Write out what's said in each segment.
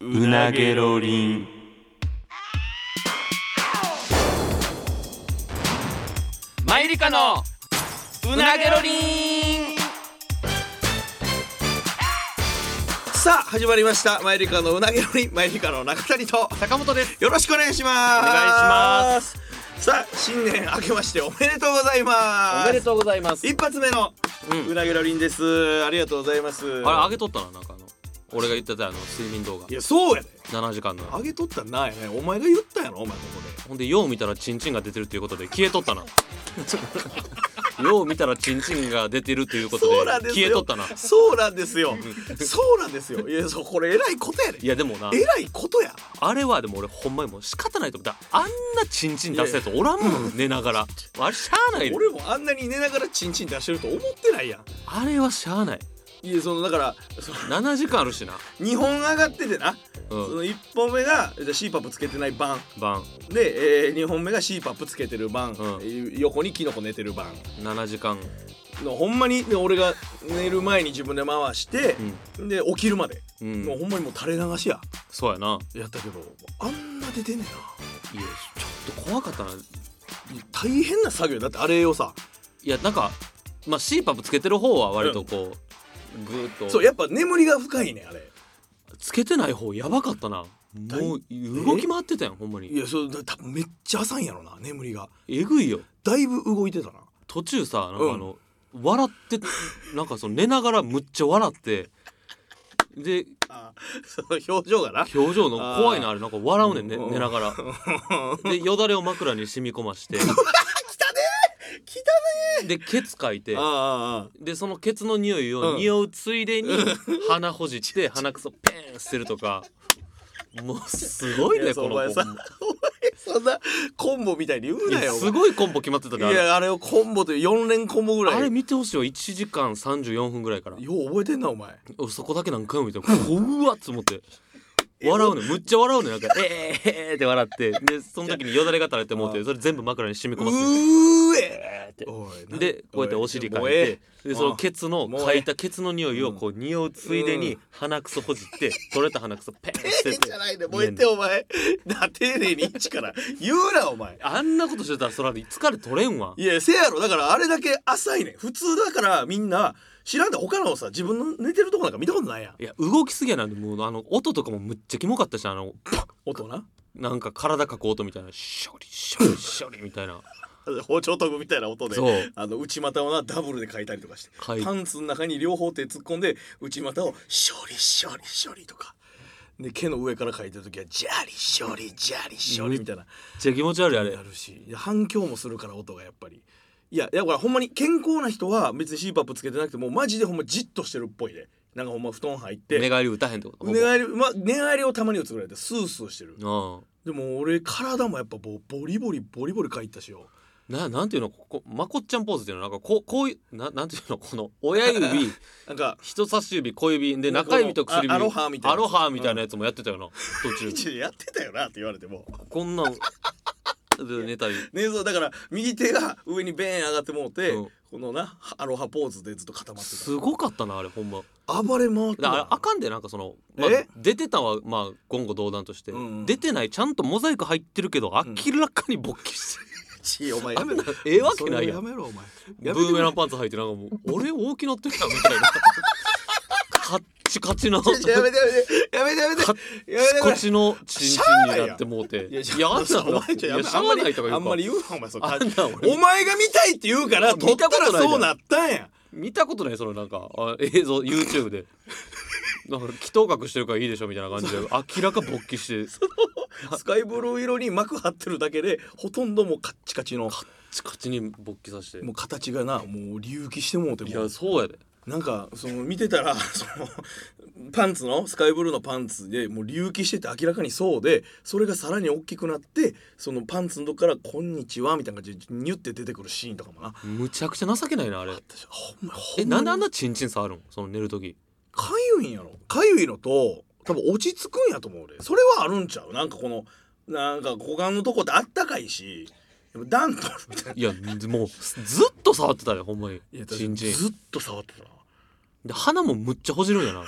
うなげろりんマイリカのうなげろりんさあ始まりましたマイリカのうなげろりマイリカの中谷と坂本ですよろしくお願いしますお願いしますさあ新年明けましておめでとうございますおめでとうございます一発目のうんうなげろりんです、ありがとうございまあすれあげとったななんかあの俺が言ってたあの睡眠動画いやそうやで7時間のあげとったらなやねお前が言ったやろお前こほんでよう見たらチンチンが出てるっていうことで消えとったな よう見たらチンチンが出てるというこでことそうなんでです消よえとったなそうなんですよそうなんですよいやそうこれえらいことやでいやでもなえらいことやあれはでも俺ほんまにもう仕方ないと思ったあんなチンチン出せるとおらんもん寝ながらあれしゃあないで俺もあんなに寝ながらチンチン出してると思ってないやんあれはしゃあないいやそのだからその7時間あるしな2本上がっててなうそんの1本目がじゃあ CPAP つけてない版晩で、え2本目が CPAP つけてるう版、んえー横にキノコ寝てる版7時間のほんまにで俺が寝る前に自分で回してう、んで起きるまで、うんもうほんまにもう垂れ流しやそうやなやったけどあんな出てんねんないやちょっと怖かったない大変な作業だってあれをさやなんかまあ CPAP つけてる方は割とこうグーッとそうやっぱ眠りが深いねんあれつけてない方やばかったなもう動き回ってたやんほんまいにやそうだ多分めっちゃ浅いんやろな眠りがえぐいよだいぶ動いてたな途中さなんかあの、笑ってなんかその寝ながらむっちゃ笑ってであ その表情がな表情の怖いなあれなんか笑うねんねうん寝な がらでよだれを枕に染み込ま して来たねでケツかいてああああでそのケツの匂いうんを匂うついでに鼻ほじって 鼻くそペーン捨てるとかもうすごいいねやそこうのお前子さお前そんなコンボみたいに言ういなやよお前すごいコンボ決まってたいであれやあれをコンボという4連コンボぐらいあれ見てほしいよ1時間34分ぐらいからよう覚えてんなお前俺そこだけ何回も見てもうわっつ思って笑うねむっちゃ笑うねなんか「えー、えー、って笑ってでその時によだれが垂れてもうてそれ全部枕に染み込ませて。うーえおいなでこうやってお尻かいもうてえでそあのケツのもうええかいたケツの匂いをこう匂うついでうに鼻くそほじって取れた鼻くそペーンえ捨えてえてじゃないでもうええってお前な丁寧に一から言うなお前あんなことしてたらそら疲れ取れんわいやせやろだからあれだけ浅いねん普通だからみんな知らんで他のさ自分の寝てるとこなんか見たことないやんいや動きすぎやなんでもうあの音とかもむっちゃキモかったしあの大人なんか体かく音みたいなショリショリショリみたいな 包丁研ぐみたいな音でそうあの内股をなダブルで書いたりとかして書いパンツの中に両方手突っ込んで内股をショリショリショリとかで毛の上から書いてる時はジャリショリジャリショリみたいなめっちゃ気持ち悪いあれなるしいや反響もするから音がやっぱりいやいやこれほんまに健康な人は別に CPAP つけてなくてもマジでほんまじっとしてるっぽいでなんかほんま布団入って寝返り打たへんってこと寝返り、まあ、寝返りをたまに打つぐらいでスースーしてうるんでも俺体もやっぱボボリボリボリボリ書いたしよななんていうのここまこっちゃんポーズっていうのなんかこうこういうななんていうのこの親指なんか人差し指小指でなんか中指と薬指あアロハみたいなアロハみたいなやつもやってたよな、途中一時やってたよなって言われても こんなんで寝たりねそうだから右手が上にベーン上がってもうて、うんこのなアロハポーズでずっと固まってすごかったなあれほんまた暴れ回ってだたからあかんでなんかその、まあえ、出てたはまあ言語道断として、うんうん出てないちゃんとモザイク入ってるけど明らかに勃起してちいお前る、 やめろええわけないやそんれやめろお前ブやめーてくメれランパンツ履いてなんかもう俺大きなってきたみたいな カッチカチのちょやめてやめてやめてかやめてやこめってちのチンチンになってもうて。いや、あんなお前ちょやめいや、しゃあんまありないとかあ言うんまかり。言うなお前そのあんな俺お前が見たいって言うから撮っ見たたことないらじゃんそうなったんや見たことない、そのなんか、あ映像、YouTube で。 なんか、祈祷覚してるからいいでしょみたいな感じで、明らか勃起して、カスカイブルー色に膜張ってるだけでほとんどもうカッチカチのチカチに勃起させて。もう形がなもう隆起してもうてもいうや、そうやで。なんかその見てたら そのパンツのスカイブルーのパンツでもう隆起してて明らかにそうでそれがさらに大きくなってそのパンツのとこから「こんにちは」みたいな感じでニュって出てくるシーンとかもなむちゃくちゃ情けないな、あれ。私ほんまえ、ほんまなんにであんなチンチン触るんその寝るとき。かゆいんやろかゆいのと多分落ち着くんやと思う俺それはあるんちゃうなんかこのなんか股間のとこってあったかいしやっぱ暖とみたいないや、もう、ずっと触ってたで、ほんまに。いやだってチンチン。ずっと触ってたなで、鼻もむっちゃほじるんやな。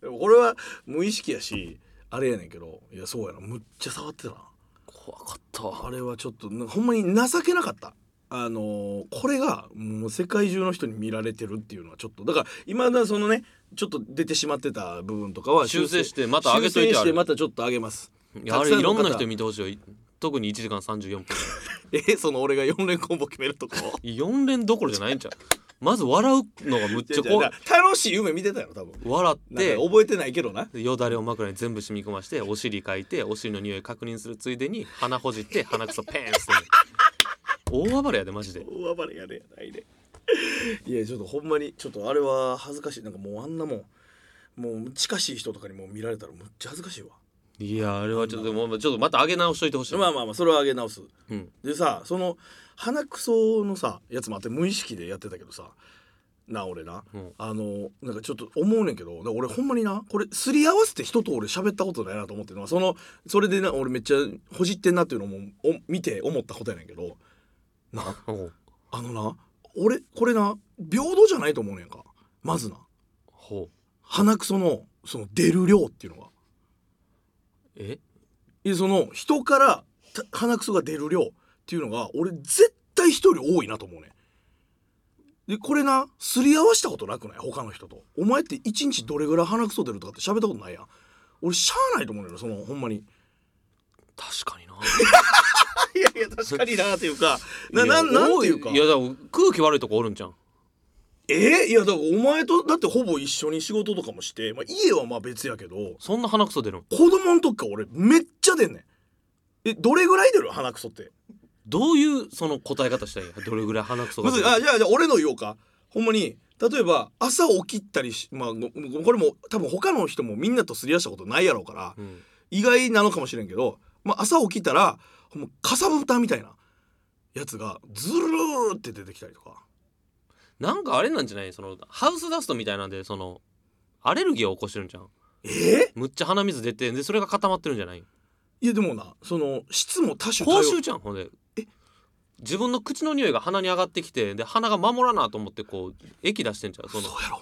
でもこれは無意識やしあれやねんけどいやそうやなむっちゃ触ってたな怖かったあれはちょっとなほんまに情けなかったあのーこれがもう世界中の人に見られてるっていうのはちょっとだから今だそのねちょっと出てしまってた部分とかは修正してまた上げといて修正しあてれまたちょっと上げますいやあたくれさいのろ方んな人に見てほしいよ特に1時間34分えその俺が4連コンボ決めると こ4連どころじゃないんちゃうまず笑うのがむっちゃ怖い楽しい夢見てたよ多分笑っなんてか覚えてないけどなでよだれを枕に全部染み込ましてお尻かいてお尻の匂い確認するついでに鼻ほじって鼻くそペーンって大暴れやでマジで大暴れやねないで いやちょっとほんまにちょっとあれは恥ずかしいなんかもうあんなもんもう近しい人とかにも見られたらむっちゃ恥ずかしいわいやあれはちょっともうちょっとまた上げ直しといてほしい、まあまあまあそれは上げ直すうん、でさその鼻くそのさやつもあって無意識でやってたけどさな俺な、うんあのなんかちょっと思うねんけどだから俺ほんまになこれすり合わせて人と俺喋ったことないなと思ってるのはそのそれでな俺めっちゃほじってんなっていうのもお見て思ったことやねんけどなおうあのな俺これな平等じゃないと思うねんかまずなほう鼻くそのその出る量っていうのがえいやその人からた鼻くそが出る量っていうのが俺絶対一人多いなと思うねでこれなすり合わしたことなくない他の人とお前って一日どれぐらい鼻くそ出るとかって喋ったことないやん俺しゃあないと思うねんなそのほんまに確かにないやいや確かになっていうかいや多いやだから空気悪いとこおるんじゃんえいやだからお前とだってほぼ一緒に仕事とかもして、まあ、家はまあ別やけどそんな鼻くそ出るん子供の時から俺めっちゃ出んねんえどれぐらい出る鼻くそってどういうその答え方したらいいどれぐらい鼻くそがむ出ずいるあじゃあじゃあ俺の言おうかほんまに例えば朝起きたりしまあごごこれも多分他の人もみんなとすり合わせたことないやろうからうん、意外なのかもしれんけど、まあ、朝起きたらほんまかさぶたみたいなやつがズルーって出てきたりとかなんかあれなんじゃないそのハウスダストみたいなんでそのアレルギーを起こしてるんじゃんえーむっちゃ鼻水出てでそれが固まってるんじゃないいやでもなその質も多種多口様臭じゃんほんで自分の口の匂いが鼻に上がってきてで鼻が守らなと思ってこう液出してんじゃんそそう のやろ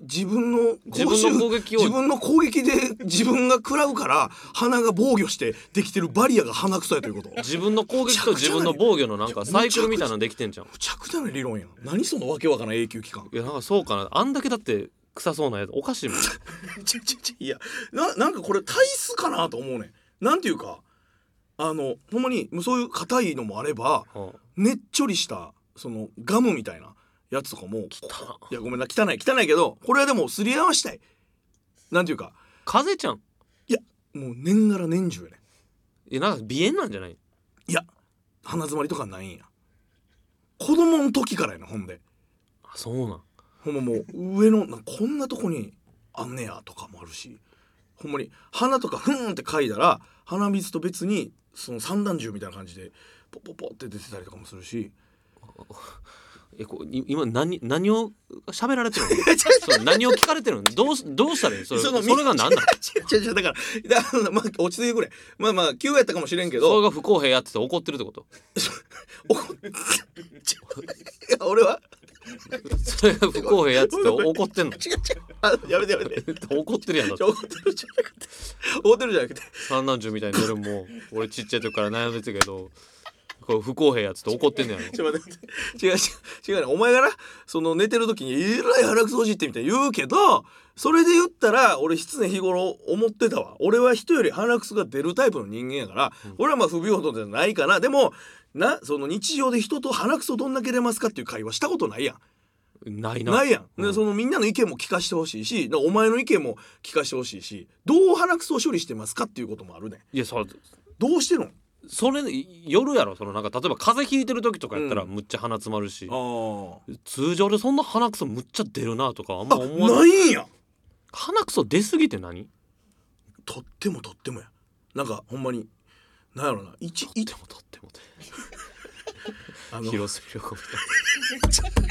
自分の自分の攻撃を自分の攻撃で自分が食らうから鼻が防御してできてるバリアが鼻くそやとい うこと自分の攻撃と自分の防御のなんかサイクルみたいなのできてんじゃんむちゃくちゃな理論やん何そのわけわからん永久期間いやなんかそうかなあんだけだって臭そうなやつおかしいもん ちょちょちょいやななんかこれ体質かなと思うねんなんていうかあのほんまにもうそういう硬いのもあればはねっちょりしたそのガムみたいなやつとかもあいやごめんな汚い汚いけどこれはでもすり合わしたいなんていうか風邪ちゃんもう年がら年中やねいやなんか鼻炎なんじゃないんいや鼻詰まりとかないんや子供の時からやなほんであそうなんほんまもう上のなんかこんなとこにあんねやとかもあるしほんまに鼻とかふーんって嗅いだら鼻水と別にその散弾銃みたいな感じでポポポって出てたりとかもするしえこうい今何何を喋られて るのそう何を聞かれてるのどうしどうしたらいいそれそそのれが何なの違う違う違うだからだからまあ落ち着いてくれまあまあ急やったかもしれんけそれどが不公平やってて怒ってるってこと怒っいや俺はそれが不公平やってて怒ってんの違う違うあやめてやめて 怒ってるやんだっちてょ怒ってるじゃなくて怒ってるじゃなくて三男女みたいに俺 も俺ちっちゃい時から悩んでたけどこれ不公平やっつって怒ってんねやろちょっと待って違う違う違うねお前がなその寝てる時に「えらい腹くそほじって」みたいに言うけどそれで言ったら俺失礼日頃思ってたわ俺は人より腹くそが出るタイプの人間やから、俺はまあ不平等じゃないかなでもなその日常で人と腹くそどんだけ出ますかっていう会話したことないやんないなないやん、うでんそのみんなの意見も聞かしてほしいしなお前の意見も聞かしてほしいしどう腹くそを処理してますかっていうこともあるねいやそどうしてるのそれ夜やろそのなんか例えば風邪ひいてる時とかやったらうむっちゃ鼻詰まるし、あ通常でそんな鼻くそむっちゃ出るなとかあんあま思わないないんや鼻くそ出すぎて何とってもとってもやなんかほんまになんやろな一一でもとってもてあの広末涼子みたい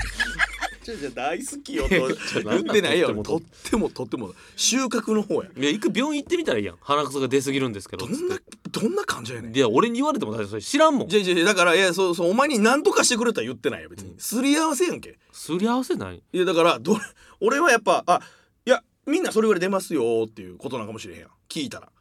大好き よと言言ってないよとってもとっても収穫の方やいや行く病院行ってみたらいいやん鼻くそが出すぎるんですけどどつってんなどんな感じやねんいや俺に言われても大丈夫それ知らんもんじゃあじゃあじゃあだからいやそうそうお前に何とかしてくれたら言ってないよ別に、すり合わせやんけすり合わせないいやだからどれ俺はやっぱあいやみんなそれぐらい出ますよっていうことなんかもしれへんやん聞いたら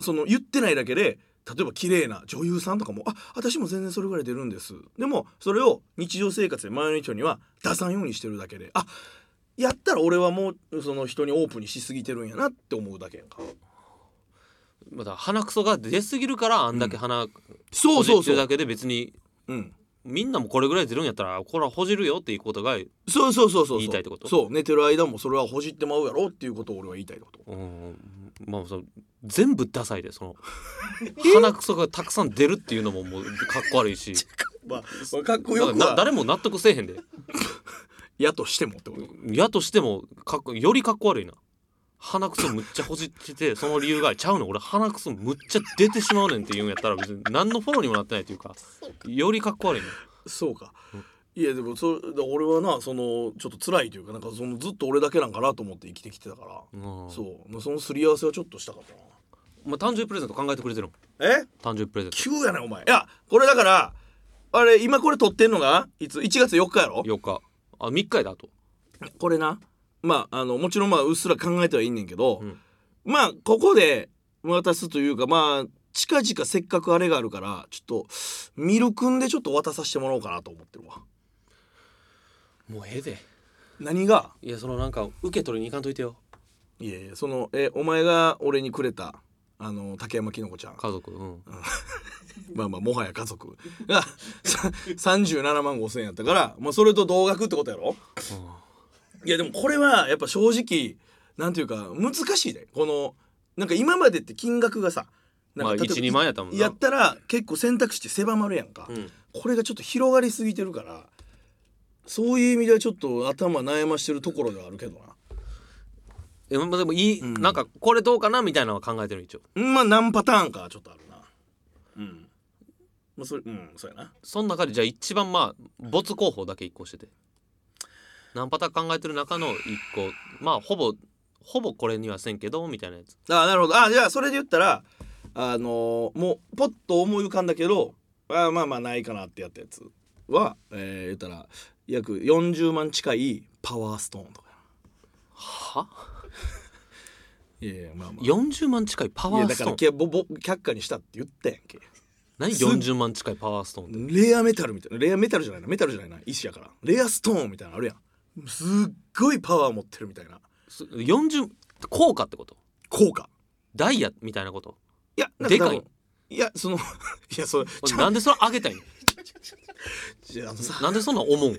その言ってないだけで例えば綺麗な女優さんとかも「あ私も全然それぐらい出るんです」でもそれを日常生活で周りの人には出さんようにしてるだけで「あやったら俺はもうその人にオープンにしすぎてるんやな」って思うだけやんかまだ鼻くそが出すぎるからあんだけ鼻ほそじってるだけで別にうんみんなもこれぐらい出るんやったらこれはほじるよっていうことがそうそうそうそうそう言いたいってことそう寝てる間もそれはほじってまうやろっていうことを俺は言いたいってことうんまあそう全部ダサいで その鼻くそがたくさん出るっていうのももうかっこ悪いしまあまあかっこだかよらくなは誰も納得せえへんでやとしてもってことやとしてもかっこよりかっこ悪いな鼻くそむっちゃほじっててその理由が「ちゃうの俺鼻くそむっちゃ出てしまうねん」って言うんやったら別に何のフォローにもなってないというかよりかっこ悪いなそうかいやでもそれ俺はなそのちょっと辛いというかなんかそのずっと俺だけなんかなと思って生きてきてたから、うんそうそのすり合わせはちょっとしたかったなお前誕生日プレゼント考えてくれてるのえ誕生日プレゼント急やねお前いやこれだからあれ今これ撮ってんのがいつ1月4日やろ4日あ3日やであとこれなまああのもちろんまあうっすら考えてはいいねんけど、うんまあここで渡すというかまあ近々せっかくあれがあるからちょっとミルクんでちょっと渡させてもらおうかなと思ってるわもうええで何がいやそのなんか受け取りに行かんといてよいやいやそのえお前が俺にくれたあの竹山きのこちゃん家族うんまあまあもはや家族 がさ37万5千円やったから、まあ、それと同額ってことやろいやでもこれはやっぱ正直なんていうか難しいでこのなんか今までって金額がさまあなんか例えば12万やったもんなやったら結構選択肢って狭まるやんか、うんこれがちょっと広がりすぎてるからそういう意味ではちょっと頭悩ましてるところではあるけどなえまあでもいい、うんなんかこれどうかなみたいなのは考えてる一応うんまあ何パターンかちょっとあるなうんまあそれうんそうやなその中でじゃあ一番まあ没候補だけ一個してて何パターン考えてる中の一個まあほぼほぼこれにはせんけどみたいなやつあなるほどあじゃあそれで言ったらあのーもうポッと思い浮かんだけどあまあまあないかなってやったやつは、えー言ったら約40万近いパワーストーンとかはやないやいやまあまあ40万近いパいワやーだスかトらーンけぼぼ却下にしたって言ったやんけ何す40万近いパワーストーンってレアメタルみたいなレアメタルじゃないなメタルじゃないな石やからレアストーンみたいなのあるやんすっごいパワー持ってるみたいなす40効果ってこと効果ダイヤみたいなこといやなんで多かい分いやその いやそれちゃんなんでそれ上げたいのいやあのさなんでそんなん 思うん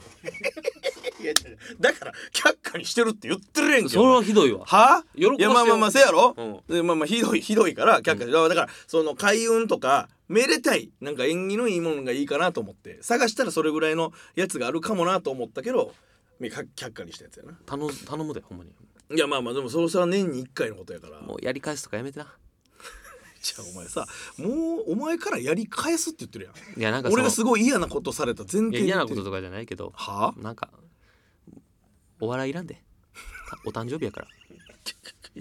だから却下にしてるって言ってるやんけそれはひどいわは喜ばいやまあまあまあせやろ、うんでまあまあひどいひどいから却下、だからその開運とかめでたいなんか縁起のいいものがいいかなと思って探したらそれぐらいのやつがあるかもなと思ったけどみか却下にしたやつやな頼む頼むでほんまにいやまあまあでもそれそれは年に1回のことやからもうやり返すとかやめてなじゃあお前さもうお前からやり返すって言ってるやんいやなんかその俺がすごい嫌なことされた前提いでや言嫌なってこるととかじゃないけどはあなんかお笑いいらんでたお誕生日やから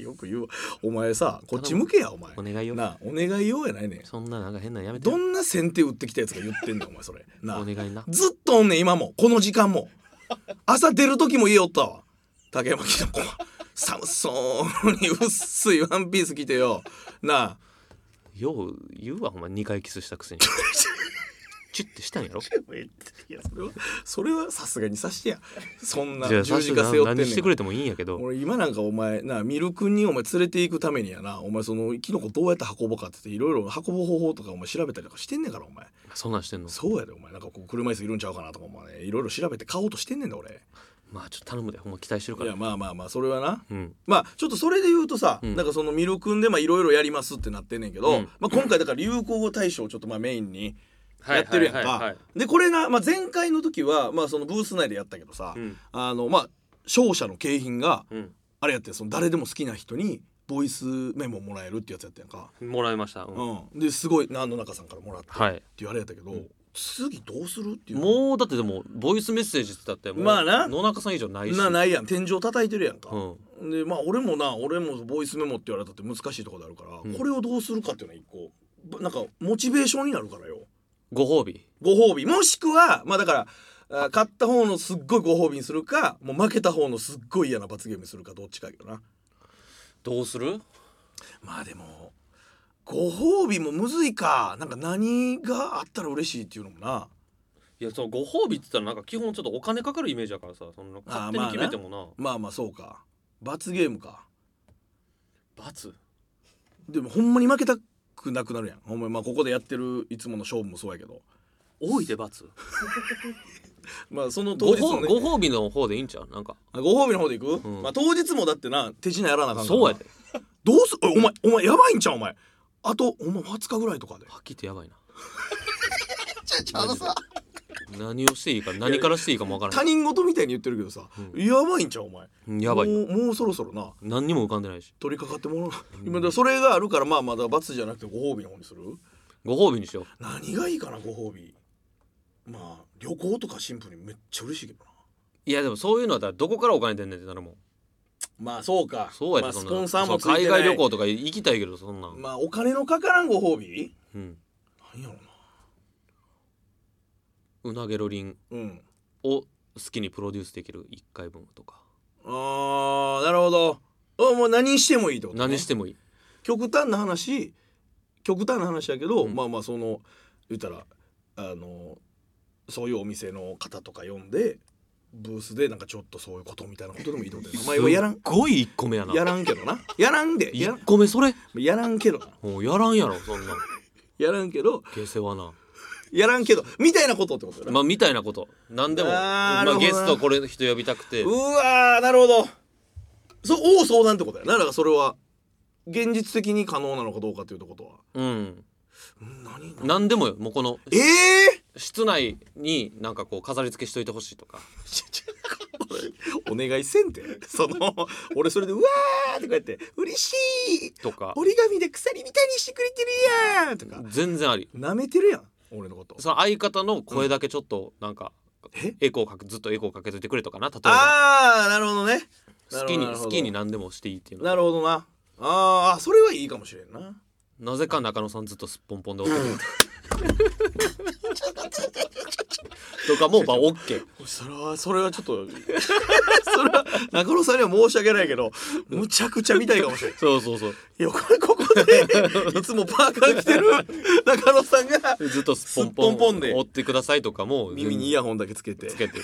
よく言うわお前さこっち向けやお前お願いよなあお願いようやないねんそんななんか変なのやめてどよんな先手打ってきたやつが言ってんのお前それなおあ願いなずっとおんねん今もこの時間も朝出る時も家おったわ竹山きの 子は寒そうに薄いワンピース着てよなあよう言うわほんま2回キスしたくせにチュッてしたんやろいやそれはそれはさすがにさしてやそんなじゃ十あさ字架背負ってん何してくねんれてもいいんやけど俺今なんかお前なあミル君にお前連れて行くためにやなお前そのキノコどうやって運ぼうかって言っていろいろ運ぶ方法とかお前調べたりとかしてんねんからお前そんなんしてんのそうやでお前なんかこう車椅子いるんちゃうかなとかお前いろいろ調べて買おうとしてんねんだ俺まあちょっと頼むでほんま期待してるかいらやまあまあまあそれはなうんまあちょっとそれで言うとさ、うんなんかそのミルクんでまあいろいろやりますってなってんねんけど、うんまあ、今回だから流行語大賞をちょっとまあメインにやってるやんはいはいはいはかでこれが、まあ、前回の時は、まあ、そのブース内でやったけどさ、いうんあのまあ勝者の景品がうあれやってんその誰でも好きな人にボイスメモもらえるってやつやったやんか、んもらいましたうんうん、ですごいあの中さんからもらってっはいていうあれやったけど、うん次どうするっていうもうだってでもボイスメッセージってだってもうまあな野中さん以上ないしなないやん天井叩いてるやんか、うんでまあ俺もな俺もボイスメモって言われたって難しいところであるから、うんこれをどうするかっていうのは一個ばなんかモチベーションになるからよご褒美ご褒美もしくはまあだからあ勝った方のすっごいご褒美にするかもう負けた方のすっごい嫌な罰ゲームにするかどっちかやけどなどうするまあでもご褒美もむずいかなんか何があったら嬉しいっていうのもないやそのご褒美って言ったらなんか基本ちょっとお金かかるイメージやからさその勝あー手にまあ決なめてもなまあまあそうか罰ゲームか罰でもほんまに負けたくなくなるやんほんまにまあここでやってるいつもの勝負もそうやけど多いで罰まあそのご当日褒の、ね、ご褒美の方でいいんちゃうなんかあご褒美の方でいく、うんまあ当日もだってな手品やらなあかんからなそうやでどうすおいお前お前やばいんちゃうお前あとお前20日ぐらいとかではっきり言ってやばいなあのさ何をしていいか何からしていいかもわから他ない人事みたいに言ってるけどさ、うやばいんちゃうお前うんやばいもなうもうそろそろな何にも浮かんでないし取り掛かってもらう、今だからそれがあるからまあまあだから罰じゃなくてご褒美の方にするご褒美にしよ何がいいかなご褒美まあ旅行とかシンプルにめっちゃ嬉しいけどなういやでもそういうのだったらどこからお金出んねんってなるもんまあそうかそうやでまあ、そスんなポンサーもついそうて海ない外旅行とか行きたいけどそんなん、まあお金のかからんご褒美うんなんやろうなげろりんうなうんを好きにプロデュースできる1回分とかあーなるほどあもう何してもいいってこと、ね、何してもいい極端な話極端な話やけど、うんまあまあその言ったらあのそういうお店の方とか呼んでブースでなんかちょっとそういうことみたいなことでもいいってことやなまあやらすんっごい1個目やなやらんけどなやらんでや1個目それやらんけどなもうやらんやろそんなんやらんけど下世話なやらんけどみたいなことってことやな、まあみたいなこと何でもあまーなるあ、ほどゲなストこれ人呼びたくてうわーなるほどそう大相談ってことやなだからそれは現実的に可能なのかどうかというとことはうんうん何何でもよもうこのええー室内になんかこう飾り付けしといてほしいとか お願いせんてその俺それで「うわ!」とかやって「嬉しいとか折り紙で鎖みたいにしてくれてるやん!」とか全然ありなめてるやん俺のことその相方の声だけちょっとなんか、えエコーかけずっとエコーかけといてくれとかな例えばああなるほどね好きに好きにな何でもしていいっていうのなるほどなあーあそれはいいかもしれんななぜか中野さんずっとすっぽんぽんでおってくれたとかもうまあ OK それはそれはちょっと それは中野さんには申し訳ないけどむちゃくちゃ見たいかもしれんそうそうそういやこれここでいつもパーカー着てる中野さんがずっとすっぽんぽんで追ってくださいとかも耳にイヤホンだけつけてつけて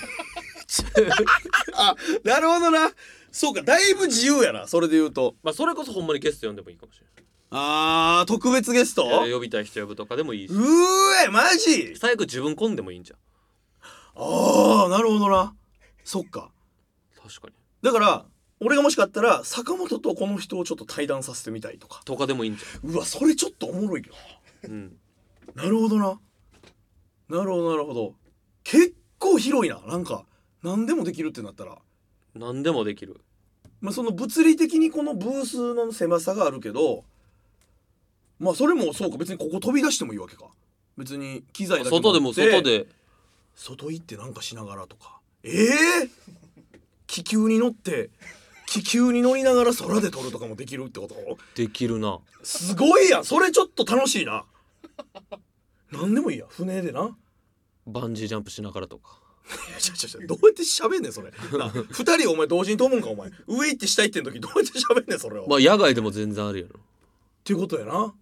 あなるほどなそうかだいぶ自由やなそれで言うとまあそれこそほんまにゲスト呼んでもいいかもしれあー特別ゲストないうー呼びたい人呼ぶとかでもいいしえマジ最悪自分込んでもいいんじゃんああなるほどなそっか確かにだから俺がもしかったら坂本とこの人をちょっと対談させてみたいとかとかでもいいんじうわそれちょっとおもろいけどゃんうんななるほどななるほどなるほど結構広いななんか何でもできるってなったら何でもできるまあ、その物理的にこのブースの狭さがあるけどまあそれもそうか別にここ飛び出してもいいわけか別に機材だけ持って外でも外で外行ってなんかしながらとかええ気球に乗って気球に乗りながら空で撮るとかもできるってことできるなすごいやんそれちょっと楽しいな何でもいいや船でなバンジージャンプしながらとかいやちょちょちょどうやって喋んねんそれなあ二人お前同時に飛ぶんかお前上行って下行ってん時どうやって喋んねんそれをまあ野外でも全然あるやろっていうことやな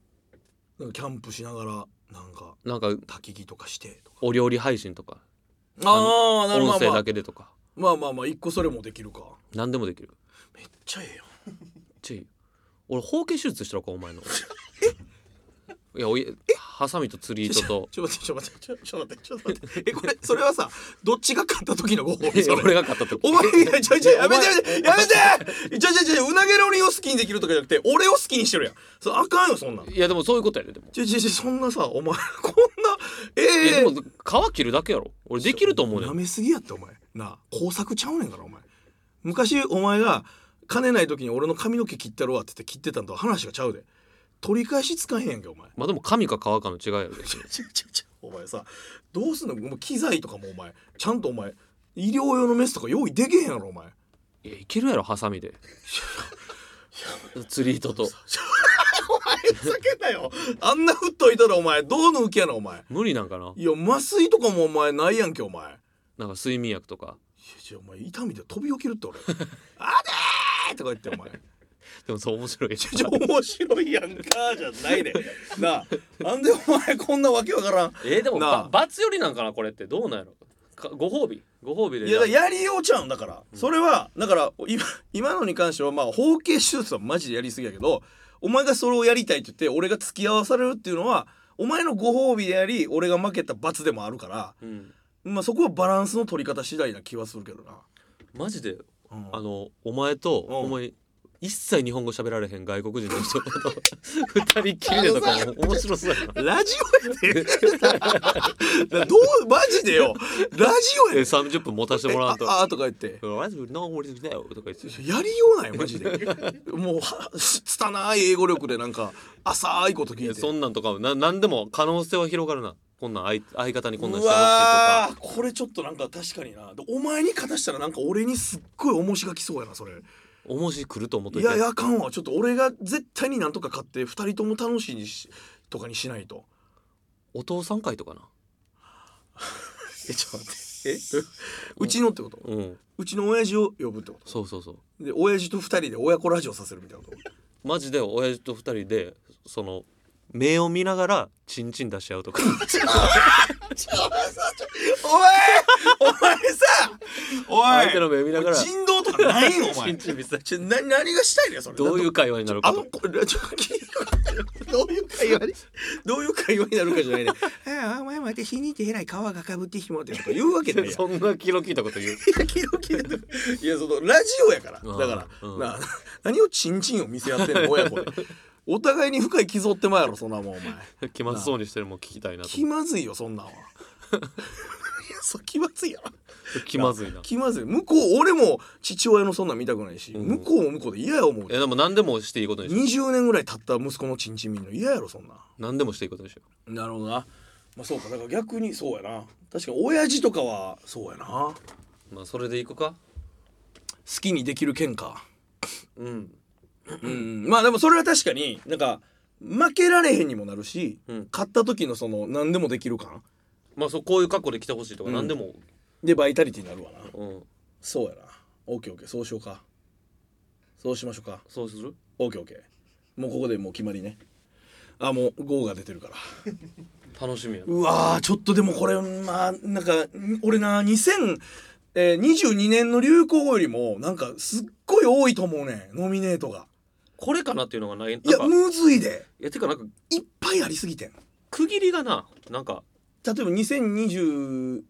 なんかキャンプしながらなんかなんか焚き火とかしてとかお料理配信とかああ音声まあだけでとかまあまあまあ一個それもできるか何でもできるめっちゃええやんちい俺包茎手術したろかお前のいやおいハサミと釣り糸と ちょちょちょ待ってちょちょ待ってちょ待ってえこれそれはさどっちが勝った時のご 褒美それ俺が買った時お前いやちょいちょいやめてやめてやめてちょいちょいちょいうなげろりんを好きにできるとかじゃなくて俺を好きにしてるやんそれあかんよそんなんいやでもそういうことやででもちょいちょいちょいそんなさお前こんないええやでも皮切るだけやろ俺できると思うねなんめすぎやってお前なあ工作ちゃうねんからお前昔お前が金ない時に俺の髪の毛切ったろわって言って切ってたんと話がちゃうで取り返しつかへんやんけお前まあでも紙か皮かの違いやろ別にちょちょちょお前さどうすんのもう機材とかもお前ちゃんとお前医療用のメスとか用意できへんやろお前いやいけるやろハサミで釣り糸とお前ふざけんなよあんな振っといたらお前どうの浮きやなお前無理なんかないや麻酔とかもお前ないやんけお前なんか睡眠薬とかいやいやお前痛みで飛び起きるって俺あでーとか言ってお前でもそう面白いよちょ面白いやんかじゃないねんなあなんでお前こんなわけわからんえーでもなあば罰よりなんかなこれってどうなんやろかご褒美ご褒美でいやだじからやりようちゃうんだから、それはだから今今のに関してはまあ包茎手術はマジでやりすぎやけどお前がそれをやりたいって言って俺が付き合わされるっていうのはお前のご褒美であり俺が負けた罰でもあるから、ゃあうん、まあ、そこはバランスの取り方次第な気はするけどな、マジでうんあのお前と、うんお前一切日本語喋られへん外国人の人と 二人っきりでとかも面白そうやなラジオやでだからどうマジでよラジオえやで30分持たせてもらうとえああとか言ってマジでノーオリジナルとか言ってやりようないマジ でもうはつたない英語力でなんか浅いことい聞いやてそんなんとかもな何でも可能性は広がるなこんなん相相方にこんなんしてほしいうとわかーこれちょっとなんか確かになでお前に勝たしたらなんか俺にすっごい重しがきそうやなそれい面白い来ると思っといてやいやあかんわちょっと俺が絶対になんとか勝って2人とも楽しいにしとかにしないとお父さん会とかなえちょっと待ってえうちのってことうんうちの親父を呼ぶってこそうそうそうとで親父と2人で親子ラジオさせるみたいなことマジで親父と二人でその目を見ながらチンチン出し合う とかお前お前さお相手の目見ながら人道とかないんおチ前ンチン見せちょな何がしたいのよそれどういう会話になるあかのとこ れちょっと聞いてどういう会話にどういう会話になるかじゃないね「 ああお前待って日にてえらい皮がかぶってひも」ってとか言うわけないやんそんな気の利いたこと言う時々とか いやそのラジオやからうんだから、うんな 何をチンチンを見せ合ってんの親子でお互いに深い傷負ってまうやろそんなもんお前 気まずそうにしてるもん聞きたいなと気思っまずいよそんなん はいやそう気まずいやろて 気まずいな気まずい向こう俺も父親のそんなん見たくないし、うん向こうも向こうで嫌や思ういやでも何でもしていいことにしよう20年ぐらい経った息子のチンチン見んの嫌やろそんなん何でもしていいことにしよなるほどな。まあそうかだから逆にそうやな。確かに親父とかはそうやな。好うまあそれでいくかきにできる喧嘩。うんうん。まあでもそれは確かになんか負けられへんにもなるし、うん勝った時のその何でもできる感まあそうこういう格好で来てほしいとかうん何でもでバイタリティになるわな。うんそうやな。オッケーオッケーそうしようか。そうしましょうか。そうするオッケーオッケー。もうここでもう決まりね。あもう GO が出てるから。楽しみやなうわーちょっとでもこれまあなんかん俺な2022年の流行語よりもなんかすっごい多いと思うねんノミネートがこれかなっていうのがないいなんやかむずいでいやてかなんかいっぱいありすぎてん例え区切りがななんかば2023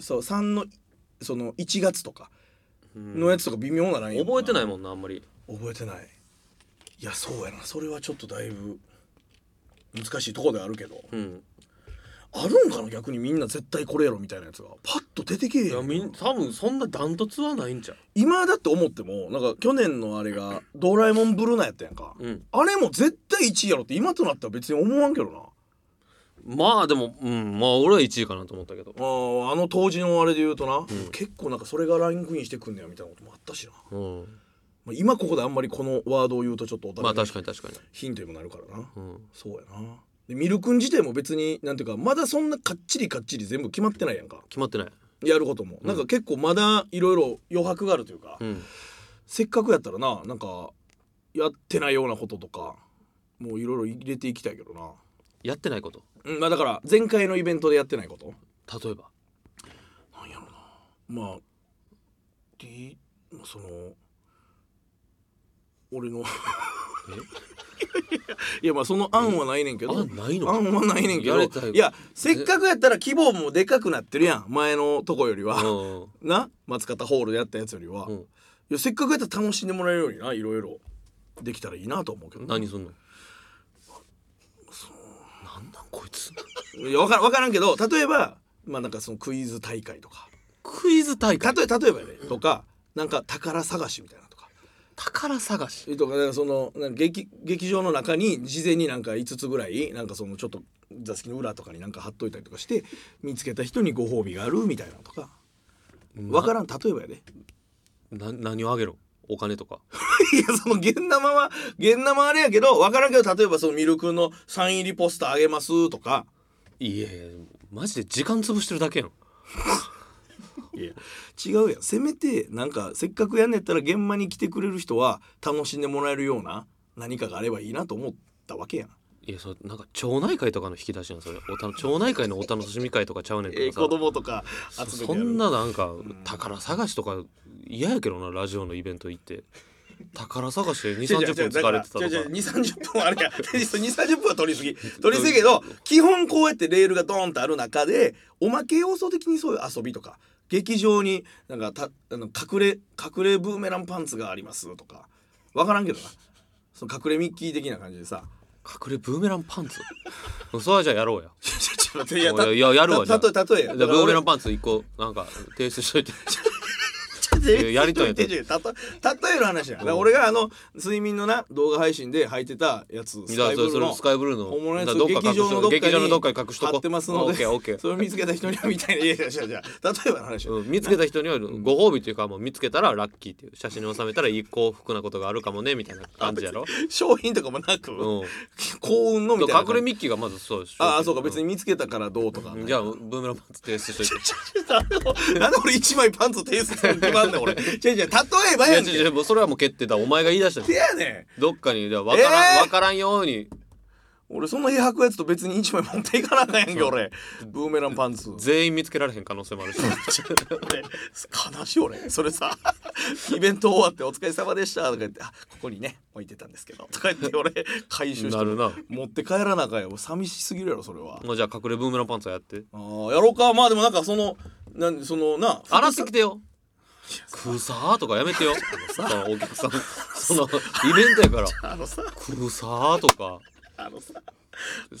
のその1月とかうんのやつとか微妙なラインやん覚えてないもんなあんまり覚えてないいやそうやなそれはちょっとだいぶ難しいとこではあるけどうんあるんかな逆にみんな絶対これやろみたいなやつがパッと出てけえいへやみん多分そんなダントツはないんちゃ今だって思ってもなんか去年のあれが「ドラえもんブルーナ」やったやんかううんあれも絶対1位やろって今となったら別に思わんけどなまあでもうんまあ俺は1位かなと思ったけどあーあの当時のあれで言うとな、ん結構なんかそれがラインクインしてくんねやみたいなこともあったしな、うんまあ、今ここであんまりこのワードを言うとちょっとおまあ互い確かに確かにヒントにもなるからなうんそうやなでミルクン自体も別になんていうかまだそんなかっちりかっちり全部決まってないやんか決まってないやることも、なんか結構まだいろいろ余白があるというか、うんせっかくやったらななんかやってないようなこととかもういろいろ入れていきたいけどな、やってないことうんまあ、だから前回のイベントでやってないこと例えばなんやろなまあ D まあその俺の いやまあその案はないねんけどあないの案はないねんけどやれたよいやせっかくやったら規模もでかくなってるやん前のとこよりは、うんな松方ホールでやったやつよりは、ういんやせっかくやったら楽しんでもらえるようにないろいろできたらいいなと思うけどな何すんのなんなんこいついやわからんわからんけど例えばまあなんかそのクイズ大会とかクイズ大会例え例えばねとかなんか宝探しみたいなとか宝探しえとかなんかそのなんか劇劇場の中に事前になんか5つぐらいなんかそのちょっと座席の裏とかになんか貼っといたりとかして見つけた人にご褒美があるみたいなとかわからん例えばやで な何をあげろお金とかいやその現生は現生はあれやけどわからんけど例えばそのミルクのサイン入りポスターあげますとかいやいやマジで時間潰してるだけやんいや違うやんせめてなんかせっかくやんねやったら現場に来てくれる人は楽しんでもらえるような何かがあればいいなと思ったわけやんいやそれなんか町内会とかの引き出しやんそれおた町内会のお楽しみ会とかちゃうねんえけえど子さ供とかそ集めてそやるんななんか宝探しとか嫌やけどなラジオのイベント行って宝探しで2 3 0分疲れてたとか2、30分あれや。2、30分は取りすぎ。取りすぎやけど、基本こうやってレールがドーンとある中で、おまけ要素的にそういう遊びとか、劇場になんかたあの隠れ、隠れブーメランパンツがありますとか、わからんけどな。その隠れミッキー的な感じでさ。 隠れブーメランパンツ それじゃあやろうやちょちょ待っていいや、たいややるわじゃたあたとえ、例えや。じゃあブーメランパパンンツ1個なんか提出しとい てツやりとんや例えの話や。だから俺があの、睡眠のな、動画配信で履いてたやつ、じゃあそれそれスカイブルーの本物のやつだからどっか隠しとこう劇劇場場ののどどっっかかにに隠しとこ貼ってますオのでッケーオッ ケーそれを見つけた人にはみたいな。いやいやいやいや、例えばの話や。うん見つけた人にはご褒美というかもう見つけたらラッキーっていう写真に収めたらいい幸福なことがあるかもねみたいな感じやろ、商品とかもなく、うん、幸運のみたいな感じ。隠れミッキーがまずそうですああ、そうか、別にん見つけたからどうとか。じゃあブーメランパンツ提出しといてなんで俺一枚パンツ提出するの決まん ねん、俺。違う違う、例えばいややん違うけ。違うもうそれはもう決定だお前が言い出したのせやねどっかにじゃあ分からん、えー分からんようにん。俺、そんな平白やつと別に一枚持っていかなあかんやんけ、俺。ブーメランパンツ。全員見つけられへん可能性もあ るし俺悲しい俺それさイベント終わって「お疲れ様でした」とか言って「あここにね置いてたんですけど」とか言って俺回収しなてるな持って帰らなあかんよ寂しすぎるやろそれはもうじゃあ隠れブーメランパンツはやってあーやろうかまあでもなんかそのなんそのな洗ってきてよクーサーとかやめてよそのお客さんそのイベントやからあのさクーサーとかあのさ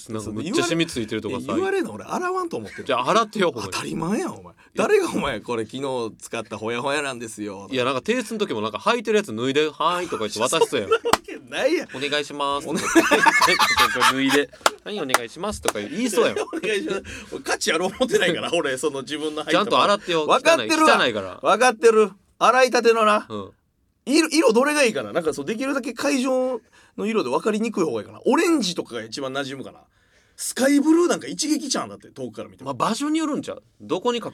なんかめっちゃ染みついてるとかさ言われんの俺洗わんと思ってるじゃあ洗ってよほんま当にたり前やんお前誰がお前これ昨日使ったほやほやなんですよいやなんか提出の時もなんか履いてるやつ脱いで「はーい」とか言って渡しそうやんわけないやん お願いします。とか脱いで、はい、お願いしますとか言いそうやん。お願いします俺価値ある思ってない から俺その自分の入ちゃんと洗っってよ。分かってるわ汚い汚いから。分かってる洗いたてのなうん。色色どれがいいかななんかそうできるだけ会場の色で分かりにくい方がいいかなオレンジとかが一番馴染むかなスカイブルーなんか一撃ちゃうんだって遠くから見てまも、あ場所によるんちゃう。どこにか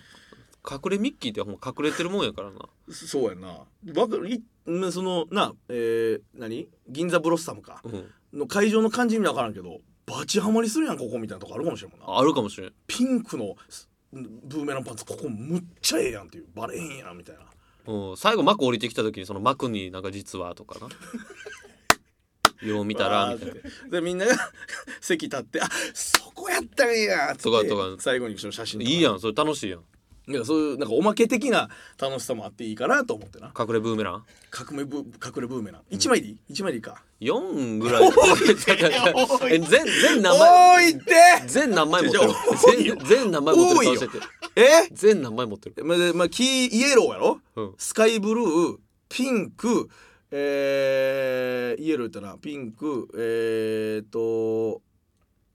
隠れミッキーってほんま隠れてるもんやからな。そうやんなわかいまあそのなえー、何銀座ブロッサムかうん。の会場の感じ意味わからんけどバチハマりするやんここみたいなとこあるかもしれんもんなあるかもしれん。ピンクのすブーメランパンツここむっちゃええやんっていうバレへんやんみたいなうん。最後幕降りてきた時にその幕になんか実はとかな。よう見たらみたいな。わーってでみんなが 席立ってあそこやったんやっつとかってとか最後にその写真いとかいやん、それ楽しいやん。いやそういうなんかおまけ的な楽しさもあっていいかなと思ってな隠れブーメラン革命ブ隠れブーメラン1枚でいい1枚でいいか ?4 ぐらい。多いえ全、全名前。多いって全何枚持ってる多いよ全全何枚持ってる多い顔よしててえ全何枚持ってるまでまあ、キーイエローやろ、うんスカイブルーピンクえー、イエロー言ったなピンクえー、と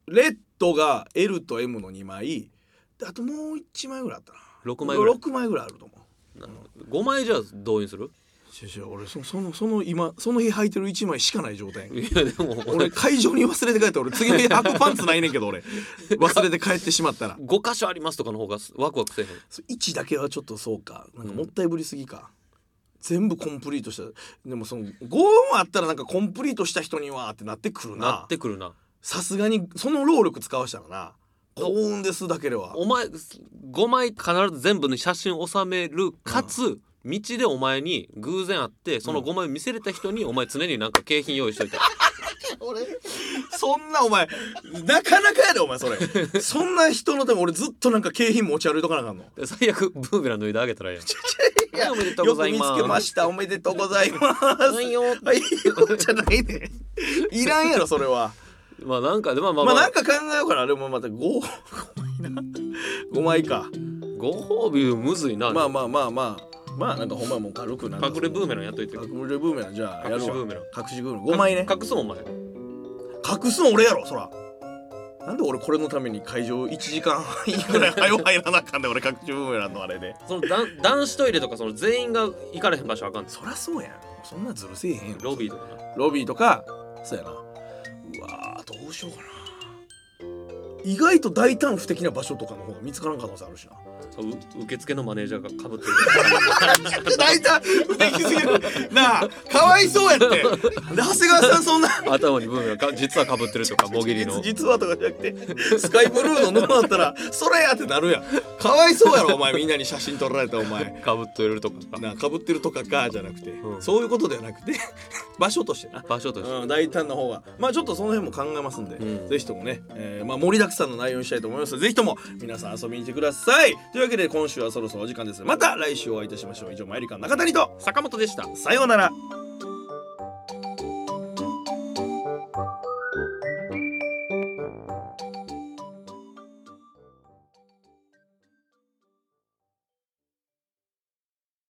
レッドが L と M の2枚であともう1枚ぐらいあったな6枚ぐらい6枚ぐらいあると思う5枚じゃあ動員する違う違う俺そそのその今その日履いてる1枚しかない状態やんいやでも俺会場に忘れて帰って俺次の日履くパンツないねんけど俺忘れて帰ってしまったら5箇所ありますとかの方がワクワクせえへんそう位置だけはちょっとそうかなんかもったいぶりすぎか、全部コンプリートしたでもその5音あったらなんかコンプリートした人にはってなってくるななってくるなさすがにその労力使わしたらな幸運ですだけではお前5枚必ず全部に写真収めるかつ道でお前に偶然会ってその5枚見せれた人にお前常になんか景品用意し といたそんなお前なかなかやでお前それ そんな人のため俺ずっとなんか景品持ち歩いとかなあかんので最悪ブーメラン脱いであげたらええやんはいおめでとうごよくざい見ますつけましたおめでとうございますはいよ はいよじゃないでいらんやろそれはまあなんかでまあまあまあまなあんか考えようかなでもまた 5, 5枚かご褒美むずいなまあまあまあまあまあなんかほんまもう軽くなんか隠れブーメランやっといて隠れブーメランじゃあやるわ隠しブーメラン隠しブーメラン5枚ね隠すもんお前隠すの俺やろそらなんで俺これのために会場1時間 半ぐらい早う入らなあかんで俺隠しブーメランのあれでその男男子トイレとかその全員が行かれへん場所あかんですそらそうやんそんなずるせえへんやろロビーとかなロビーとかそうやなうわーどうしようかな意外と大胆不敵な場所とかの方が見つからん可能性あるしなう受付のマネージャーがかぶって 大体できすぎるなあかわいそうやって長谷川さんそんなる頭にブームがか実はかぶってるとかもぎりの実実はとかじゃなくて スカイブルーの布あっ たらそれやってなるやんかわいそうやろお前みんなに写真撮られたお前かぶってるとかなあかぶってるとかかじゃなくて、うんそういうことではなくて 場所としてな場所としてうん、大胆な方がまあちょっとその辺も考えますんで、うんぜひともね、えーまあ、盛りだくさんの内容にしたいと思いますのでぜひとも皆さん遊びに来てくださいというわけで今週はそろそろお時間ですまた来週お会いいたしましょう以上マイリカの中谷と坂本でしたさようなら